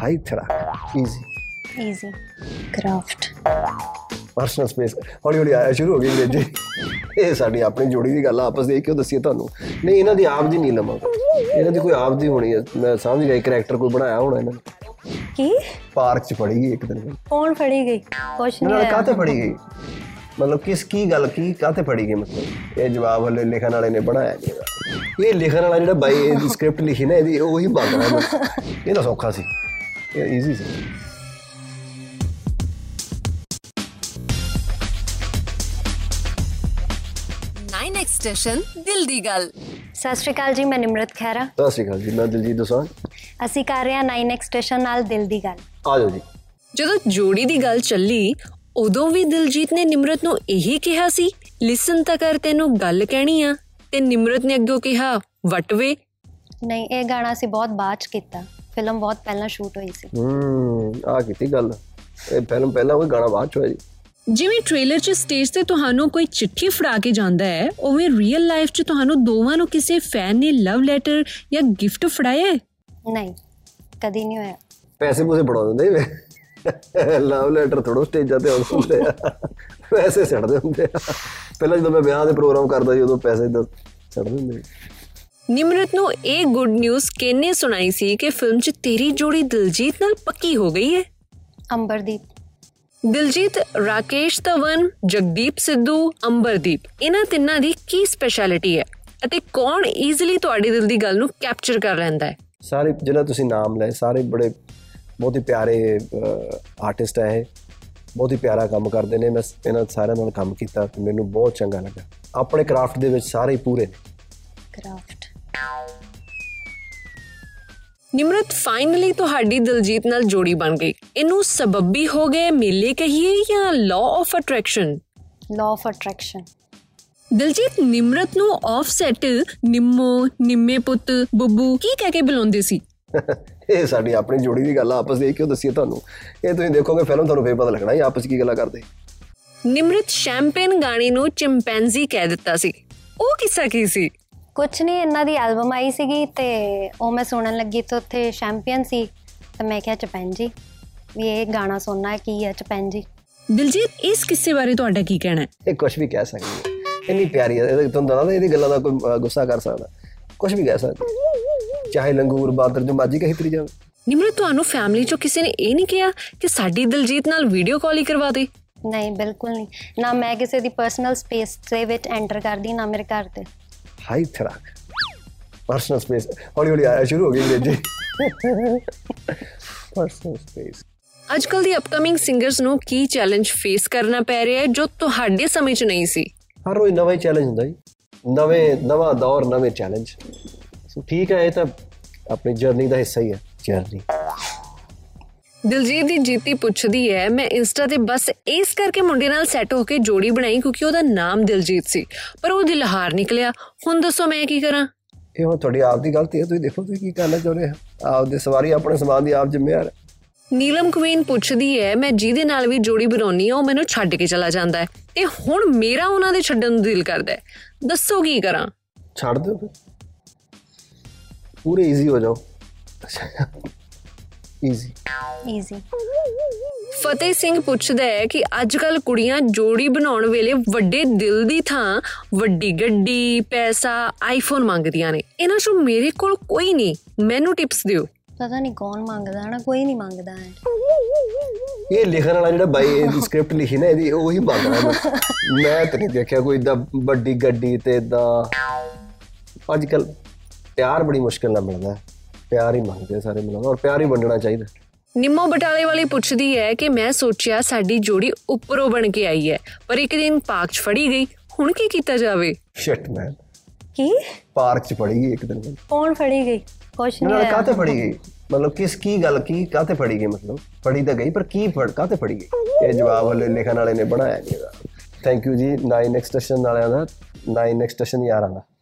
high thrust easy easy craft personal space ਹੌਲੀ ਹੌਲੀ ਆਇਆ ਸ਼ੁਰੂ ਹੋ ਗਈ ਅੰਗਰੇਜ਼ੀ ਇਹ ਸਾਡੀ ਆਪਣੀ ਜੋੜੀ ਦੀ ਗੱਲ ਆ, ਆਪਸ ਦੇ ਕਿਉਂ ਦੱਸੀਏ ਤੁਹਾਨੂੰ ਨਹੀਂ ਇਹਨਾਂ ਦੀ ਆਪ ਦੀ ਨੀਲਮ ਆ ਇਹਨਾਂ ਦੀ ਕੋਈ ਆਪ ਦੀ ਹੋਣੀ ਹੈ ਮੈਂ ਸਮਝ ਗਿਆ ਕਰੈਕਟਰ ਕੋਈ ਬਣਾਇਆ ਹੋਣਾ ਇਹਨਾਂ ਨੇ ਕੀ ਪਾਰਕ 'ਚ ਫੜੀ ਗਈ ਇੱਕ ਦਿਨ ਮੈਨੂੰ ਕੌਣ ਫੜੀ ਗਈ ਕੁਛ ਨਹੀਂ ਨਾਲ ਆਇਆ ਕਾਹਤੇ ਫੜੀ ਗਈ ਮਤਲਬ ਕਿਸ ਕੀ ਗੱਲ ਕੀ ਕਾਹਤੇ ਫੜੀ ਗਈ ਮਤਲਬ ਇਹ ਜਵਾਬ ਹਲੇ ਲਿਖਣ ਵਾਲੇ ਨੇ ਬਣਾਇਆ ਨਹੀਂ ਹੈਗਾ। ਇਹ ਲਿਖਣ ਵਾਲਾ ਜਿਹੜਾ ਬਾਈ ਇਹਦੀ ਸਕ੍ਰਿਪਟ ਲਿਖੀ ਨਾ ਇਹਦੀ ਉਹੀ ਮੰਗਦਾ ਮੈਂ ਇਹ ਤਾਂ ਸੌਖਾ ਸੀ ਇਹ ਈਜ਼ੀ ਸੀ ਨਾਈਨ ਐਕਸਟੈਸ਼ਨ ਦਿਲ ਦੀ ਗੱਲ ਸਤਿ ਸ਼੍ਰੀ ਅਕਾਲ ਜੀ ਮੈਂ ਨਿਮਰਤ ਖਹਿਰਾ ਸਤਿ ਸ਼੍ਰੀ ਅਕਾਲ ਜੀ ਮੈਂ ਦਿਲਜੀਤ ਦੋਸਾਂਝ ਅਸੀਂ ਕਰ ਰਹੇ ਹਾਂ 9x ਸਟੇਸ਼ਨ ਨਾਲ ਦਿਲ ਦੀ ਗੱਲ ਆ ਜਾਓ ਜੀ ਜਦੋਂ ਜੋੜੀ ਦੀ ਗੱਲ ਚੱਲੀ ਉਦੋਂ ਵੀ ਦਿਲਜੀਤ ਨੇ ਨਿਮਰਤ ਨੂੰ ਇਹੀ ਕਿਹਾ ਸੀ ਲਿਸਨ ਤਾਂ ਕਰ ਤੈਨੂੰ ਗੱਲ ਕਹਿਣੀ ਆ ਤੇ ਨਿਮਰਤ ਨੇ ਅੱਗੋਂ ਕਿਹਾ ਵਟਵੇ ਨਹੀਂ ਇਹ ਗਾਣਾ ਅਸੀਂ ਬਹੁਤ ਬਾਅਦ ਚ ਕੀਤਾ ਫਿਲਮ ਬਹੁਤ ਪਹਿਲਾਂ ਸ਼ੂਟ ਹੋਈ ਸੀ ਹੂੰ ਆ ਕੀਤੀ ਗੱਲ ਇਹ ਫਿਲਮ ਪਹਿਲਾਂ ਉਹ ਗਾਣਾ ਬਾਅਦ ਚ ਹੋਇਆ ਜੀ ਜਿਵੇਂ ਟ੍ਰੇਲਰ 'ਚ ਸਟੇਜ ਤੇ ਤੁਹਾਨੂੰ ਕੋਈ ਚਿੱਠੀ ਫੜਾ ਕੇ ਜਾਂਦਾ ਹੈ ਉਵੇਂ ਰੀਅਲ ਲਾਈਫ 'ਚ ਤੁਹਾਨੂੰ ਦੋਵਾਂ ਨੂੰ ਕਿਸੇ ਫੈਨ ਨੇ ਲਵ ਲੈਟਰ ਜਾਂ ਗਿਫਟ ਫੜਾਇਆ ਹੈ ਨਹੀਂ ਕਦੀ ਨਹੀਂ ਹੋਇਆ ਪੈਸੇ ਪੂਸੇ ਬੜਾ ਦਿੰਦੇ ਵੇ ਲਵ ਲੈਟਰ ਥੋੜੋ ਸਟੇਜਾਂ ਤੇ ਆਉਂਦੇ ਹੁੰਦੇ ਆ ਪੈਸੇ ਛੱਡਦੇ ਹੁੰਦੇ ਆ ਪਹਿਲਾਂ ਜਦੋਂ ਮੈਂ ਵਿਆਹ ਦੇ ਪ੍ਰੋਗਰਾਮ ਕਰਦਾ ਸੀ ਉਦੋਂ ਪੈਸੇ ਤਾਂ ਛੱਡਦੇ ਹੁੰਦੇ ਸੀ। ਨਿਮਰਤ ਨੂੰ ਇਹ ਗੁੱਡ ਨਿਊਜ਼ ਕਿੰਨੇ ਸੁਣਾਈ ਸੀ ਕਿ ਫਿਲਮ 'ਚ ਤੇਰੀ ਜੋੜੀ ਦਿਲਜੀਤ ਨਾਲ ਪੱਕੀ ਹੋ ਗਈ ਹੈ ਅੰਬਰਦੀਪ ਦਿਲਜੀਤ ਰਾਕੇਸ਼ ਧਵਨ ਜਗਦੀਪ ਸਿੱਧੂ ਅੰਬਰਦੀਪ ਇਹਨਾਂ ਤਿੰਨਾਂ ਦੀ ਕੀ ਸਪੈਸ਼ਲਿਟੀ ਹੈ ਅਤੇ ਕੌਣ ਈਜ਼ੀਲੀ ਤੁਹਾਡੇ ਦਿਲ ਦੀ ਗੱਲ ਨੂੰ ਕੈਪਚਰ ਕਰ ਲੈਂਦਾ ਹੈ ਸਾਰੇ ਜਿਹੜਾ ਤੁਸੀਂ ਨਾਮ ਲਏ ਸਾਰੇ ਬੜੇ ਬਹੁਤ ਹੀ ਪਿਆਰੇ ਆਰਟਿਸਟ ਹੈ ਇਹ ਬਹੁਤ ਹੀ ਪਿਆਰਾ ਕੰਮ ਕਰਦੇ ਨੇ ਮੈਂ ਸ- ਇਹਨਾਂ ਸਾਰਿਆਂ ਨਾਲ ਕੰਮ ਕੀਤਾ ਤੇ ਮੈਨੂੰ ਬਹੁਤ ਚੰਗਾ ਲੱਗਾ ਆਪਣੇ ਕਰਾਫਟ ਦੇ ਵਿੱਚ ਸਾਰੇ ਹੀ ਪੂਰੇ ਨੇ ਕ੍ਰਾਫਟ ਨਿਮਰਤ ਫਾਈਨਲੀ ਤੁਹਾਡੀ ਦਿਲਜੀਤ ਨਾਲ ਜੋੜੀ ਬਣ ਗਈ ਇਹਨੂੰ ਸਬੱਬੀ ਹੋ ਗਏ ਮੇਲੇ ਕਹੀਏ ਜਾਂ law of attraction law of attraction Diljit Nimrat ਨੂੰ ਆਫਸੈਟ ਨਿੰਮੋ ਨਿੰਮੇ ਪੁੱਤ ਬੱਬੂ ਕੀ ਕਹਿ ਕੇ ਬੁਲਾਉਂਦੇ ਸੀ ਇਹ ਸਾਡੀ ਆਪਣੀ ਜੋੜੀ ਦੀ ਗੱਲ ਆ, ਆਪਸ ਦੇ ਕਿਉਂ ਦੱਸੀਏ ਤੁਹਾਨੂੰ ਇਹ ਤੁਸੀਂ ਦੇਖੋਗੇ ਫਿਲਮ ਤੁਹਾਨੂੰ ਫੇਰ ਪਤਾ ਲੱਗਣਾ ਇਹ ਆਪਸ 'ਚ ਕੀ ਗੱਲਾਂ ਕਰਦੇ ਨਿਮਰਤ ਸ਼ੈਂਪੇਨ ਗਾਣੀ ਨੂੰ ਚਿੰਪੈਂਜ਼ੀ ਕਹਿ ਦਿੱਤਾ ਸੀ ਉਹ ਕਿੱਸਾ ਕੀ ਸੀ ਕੁਛ ਨਹੀਂ ਇਹਨਾਂ ਦੀ ਐਲਬਮ ਆਈ ਸੀਗੀ ਤੇ ਉਹ ਮੈਂ ਸੁਣਨ ਲੱਗੀ ਤੇ ਉੱਥੇ ਚੈਂਪੀਅਨ ਸੀ ਤੇ ਮੈਂ ਕਿਹਾ ਚਪੈਨ ਜੀ ਵੀ ਇਹ ਗਾਣਾ ਸੁਣਨਾ ਹੈ, ਕੀ ਹੈ ਚਪੈਨ ਜੀ ਦਿਲਜੀਤ ਇਸ ਕਿੱਸੇ ਬਾਰੇ ਤੁਹਾਡਾ ਕੀ ਕਹਿਣਾ ਹੈ ਇਹ ਕੁਝ ਵੀ ਕਹਿ ਸਕਦੀ ਹੈ ਇੰਨੀ ਪਿਆਰੀ ਹੈ ਇਹਦੇ ਤੁਹਾਨੂੰ ਦੱਸਦਾ ਇਹਦੀ ਗੱਲਾਂ ਦਾ ਕੋਈ ਅ, ਗੁੱਸਾ ਕਰ ਸਕਦਾ ਕੁਝ ਵੀ ਕਹਿ ਸਕਦਾ ਚਾਹੇ ਲੰਗੂਰ ਬਾਦਰ ਜੋ ਮਾਜੀ ਕਹੀ ਤਰੀ ਜਾਵੇ ਨਿਮਰਤ ਤੁਹਾਨੂੰ ਫੈਮਿਲੀ ਚੋਂ ਕਿਸੇ ਨੇ ਇਹ ਨਹੀਂ ਕਿਹਾ ਕਿ ਸਾਡੀ ਦਿਲਜੀਤ ਨਾਲ ਵੀਡੀਓ ਕਾਲ ਹੀ ਕਰਵਾ ਦੇ ਨਹੀਂ ਬਿਲਕੁਲ ਨਹੀਂ ਨਾ ਮੈਂ ਕਿਸੇ ਦੀ ਪਰਸਨਲ ਸਪੇਸ ਦੇ ਵਿੱਚ ਐਂਟਰ ਕਰਦੀ ਨਾ ਮੇਰੇ ਘਰ ਤੇ ਹਾਈ ਥਰਾਕ ਪਰਸਨਲ ਸਪੇਸ ਹੌਲੀ ਹੌਲੀ ਆਇਆ ਸ਼ੁਰੂ ਹੋ ਗਈ ਅੰਗਰੇਜ਼ੀ ਪਰਸਨਲ ਸਪੇਸ ਅੱਜਕੱਲ ਦੀ ਅਪਕਮਿੰਗ ਸਿੰਗਰਸ ਨੂੰ ਕੀ ਚੈਲੰਜ ਫੇਸ ਕਰਨਾ ਪੈ ਰਿਹਾ ਹੈ ਜੋ ਤੁਹਾਡੇ ਸਮੇਂ 'ਚ ਨਹੀਂ ਸੀ ਹਰ ਰੋਜ਼ ਨਵਾਂ ਹੀ ਚੈਲੰਜ ਹੁੰਦਾ ਜੀ ਨਵੇਂ ਨਵਾਂ ਦੌਰ ਨਵੇਂ ਚੈਲੰਜ ਸੋ ਠੀਕ ਹੈ ਇਹ ਤਾਂ ਆਪਣੀ ਜਰਨੀ ਦਾ ਹਿੱਸਾ ਹੀ ਹੈ ਜਰਨੀ ਦਿਲਜੀਤ ਦੀ ਜੀਤੀ ਪੁੱਛਦੀ ਹੈ ਮੈਂ ਇੰਸਟਾ ਤੇ ਬਸ ਇਸ ਕਰਕੇ ਮੁੰਡੇ ਨਾਲ ਸੈੱਟ ਹੋ ਕੇ ਜੋੜੀ ਬਣਾਈ ਕਿਉਂਕਿ ਉਹਦਾ ਨਾਮ ਦਿਲਜੀਤ ਸੀ ਪਰ ਉਹ ਦਿਲਹਾਰ ਨਿਕਲਿਆ ਹੁਣ ਦੱਸੋ ਮੈਂ ਕੀ ਕਰਾਂ ਇਹ ਹੁਣ ਤੁਹਾਡੀ ਆਪ ਦੀ ਗਲਤੀ ਹੈ ਤੁਸੀਂ ਦੇਖੋ ਤੁਸੀਂ ਕੀ ਕਰਨਾ ਚਾਹੁੰਦੇ ਹੋ ਆਪ ਦੇ ਸਵਾਰੀ ਆਪਣੇ ਸਮਾਨ ਦੀ ਆਪ ਜ਼ਿੰਮੇਵਾਰ ਹੈ ਨੀਲਮ ਕੁਈਨ ਪੁੱਛਦੀ ਹੈ ਮੈਂ ਜਿਹਦੇ ਨਾਲ ਵੀ ਜੋੜੀ ਬਣਾਉਣੀ ਆ ਉਹ ਮੈਨੂੰ ਛੱਡ ਕੇ ਚਲਾ ਜਾਂਦਾ ਹੈ ਤੇ ਹੁਣ ਮੇਰਾ ਉਹਨਾਂ ਦੇ ਛੱਡਣ ਨੂੰ ਦਿਲ ਕਰਦਾ ਹੈ ਦੱਸੋ ਕੀ ਕਰਾਂ ਛੱਡ ਦਿਓ ਫਿਰ ਪੂਰੇ ਈਜ਼ੀ ਹੋ ਜਾਓ ਈਜ਼ੀ ਈਜ਼ੀ ਫਤਿਹ ਸਿੰਘ ਪੁੱਛਦਾ ਹੈ ਕਿ ਅੱਜ ਕੱਲ ਕੁੜੀਆਂ ਜੋੜੀ ਬਣਾਉਣ ਵੇਲੇ ਵੱਡੇ ਦਿਲ ਦੀ ਥਾਂ ਵੱਡੀ ਗੱਡੀ ਪੈਸਾ ਆਈਫੋਨ ਮੰਗਦੀਆਂ ਨੇ ਇਹਨਾਂ ਚੋਂ ਮੇਰੇ ਕੋਲ ਕੋਈ ਨਹੀਂ ਮੈਨੂੰ ਟਿਪਸ ਦਿਓ ਪਤਾ ਨਹੀਂ ਕੌਣ ਮੰਗਦਾ ਹੈ ਨਾ ਕੋਈ ਨਹੀਂ ਮੰਗਦਾ ਹੈ ਇਹ ਲਿਖਣ ਵਾਲਾ ਜਿਹੜਾ ਬਾਈ ਇਹਦੀ ਸਕ੍ਰਿਪਟ ਲਿਖੀ ਨਾ ਇਹਦੀ ਉਹੀ ਮੰਗਦਾ ਮੈਂ ਮੈਂ ਤਾਂ ਨਹੀਂ ਦੇਖਿਆ ਕੋਈ ਇਦਾਂ ਵੱਡੀ ਗੱਡੀ ਤੇ ਇਦਾਂ ਅੱਜ ਕੱਲ ਪਿਆਰ ਬੜੀ ਮੁਸ਼ਕਿਲ ਨਾਲ ਮਿਲਦਾ ਹੈ ਪਿਆਰ ਹੀ ਮੰਗਦੇ ਆ ਸਾਰੇ ਮਿਲਣਾ ਔਰ ਪਿਆਰ ਹੀ ਵੰਡਣਾ ਚਾਹੀਦਾ ਨਿੰਮੋ ਬਟਾਲੇ ਵਾਲੀ ਪੁੱਛਦੀ ਹੈ ਕਿ ਮੈਂ ਸੋਚਿਆ ਸਾਡੀ ਜੋੜੀ ਉੱਪਰੋਂ ਬਣ ਕੇ ਆਈ ਹੈ ਪਰ ਇੱਕ ਦਿਨ ਪਾਕ 'ਚ ਫੜੀ ਗਈ ਹੁਣ ਕੀ ਕੀਤਾ ਜਾਵੇ ਸ਼ਿਟ ਮੈਨ ਕੀ ਪਾਰਕ 'ਚ ਫੜੀ ਗਈ ਇੱਕ ਦਿਨ ਮੈਨੂੰ। ਕੌਣ ਫੜੀ ਗਈ ਕੁਛ ਨਹੀਂ ਨਾਲ ਆਇਆ ਕਾਹਤੇ ਫੜੀ ਗਈ ਮਤਲਬ ਕਿਸ ਕੀ ਗੱਲ ਕੀ ਕਾਹਤੇ ਫੜੀ ਗਈ ਮਤਲਬ ਫੜੀ ਤਾਂ ਗਈ ਪਰ ਕੀ ਫੜ ਕਾਹਤੇ ਫੜੀ ਗਈ ਇਹ ਜਵਾਬ ਹਲੇ ਲਿਖਣ ਵਾਲੇ ਨੇ ਬਣਾਇਆ ਨਹੀਂ ਇਹਦਾ ਥੈਂਕ ਯੂ ਜੀ 9 ਐਕਸਟੈਸ਼ਨ ਵਾਲਿਆਂ ਦਾ 9 ਐਕਸਟੈਸ਼ਨ ਯਾਰਾਂ ਦਾ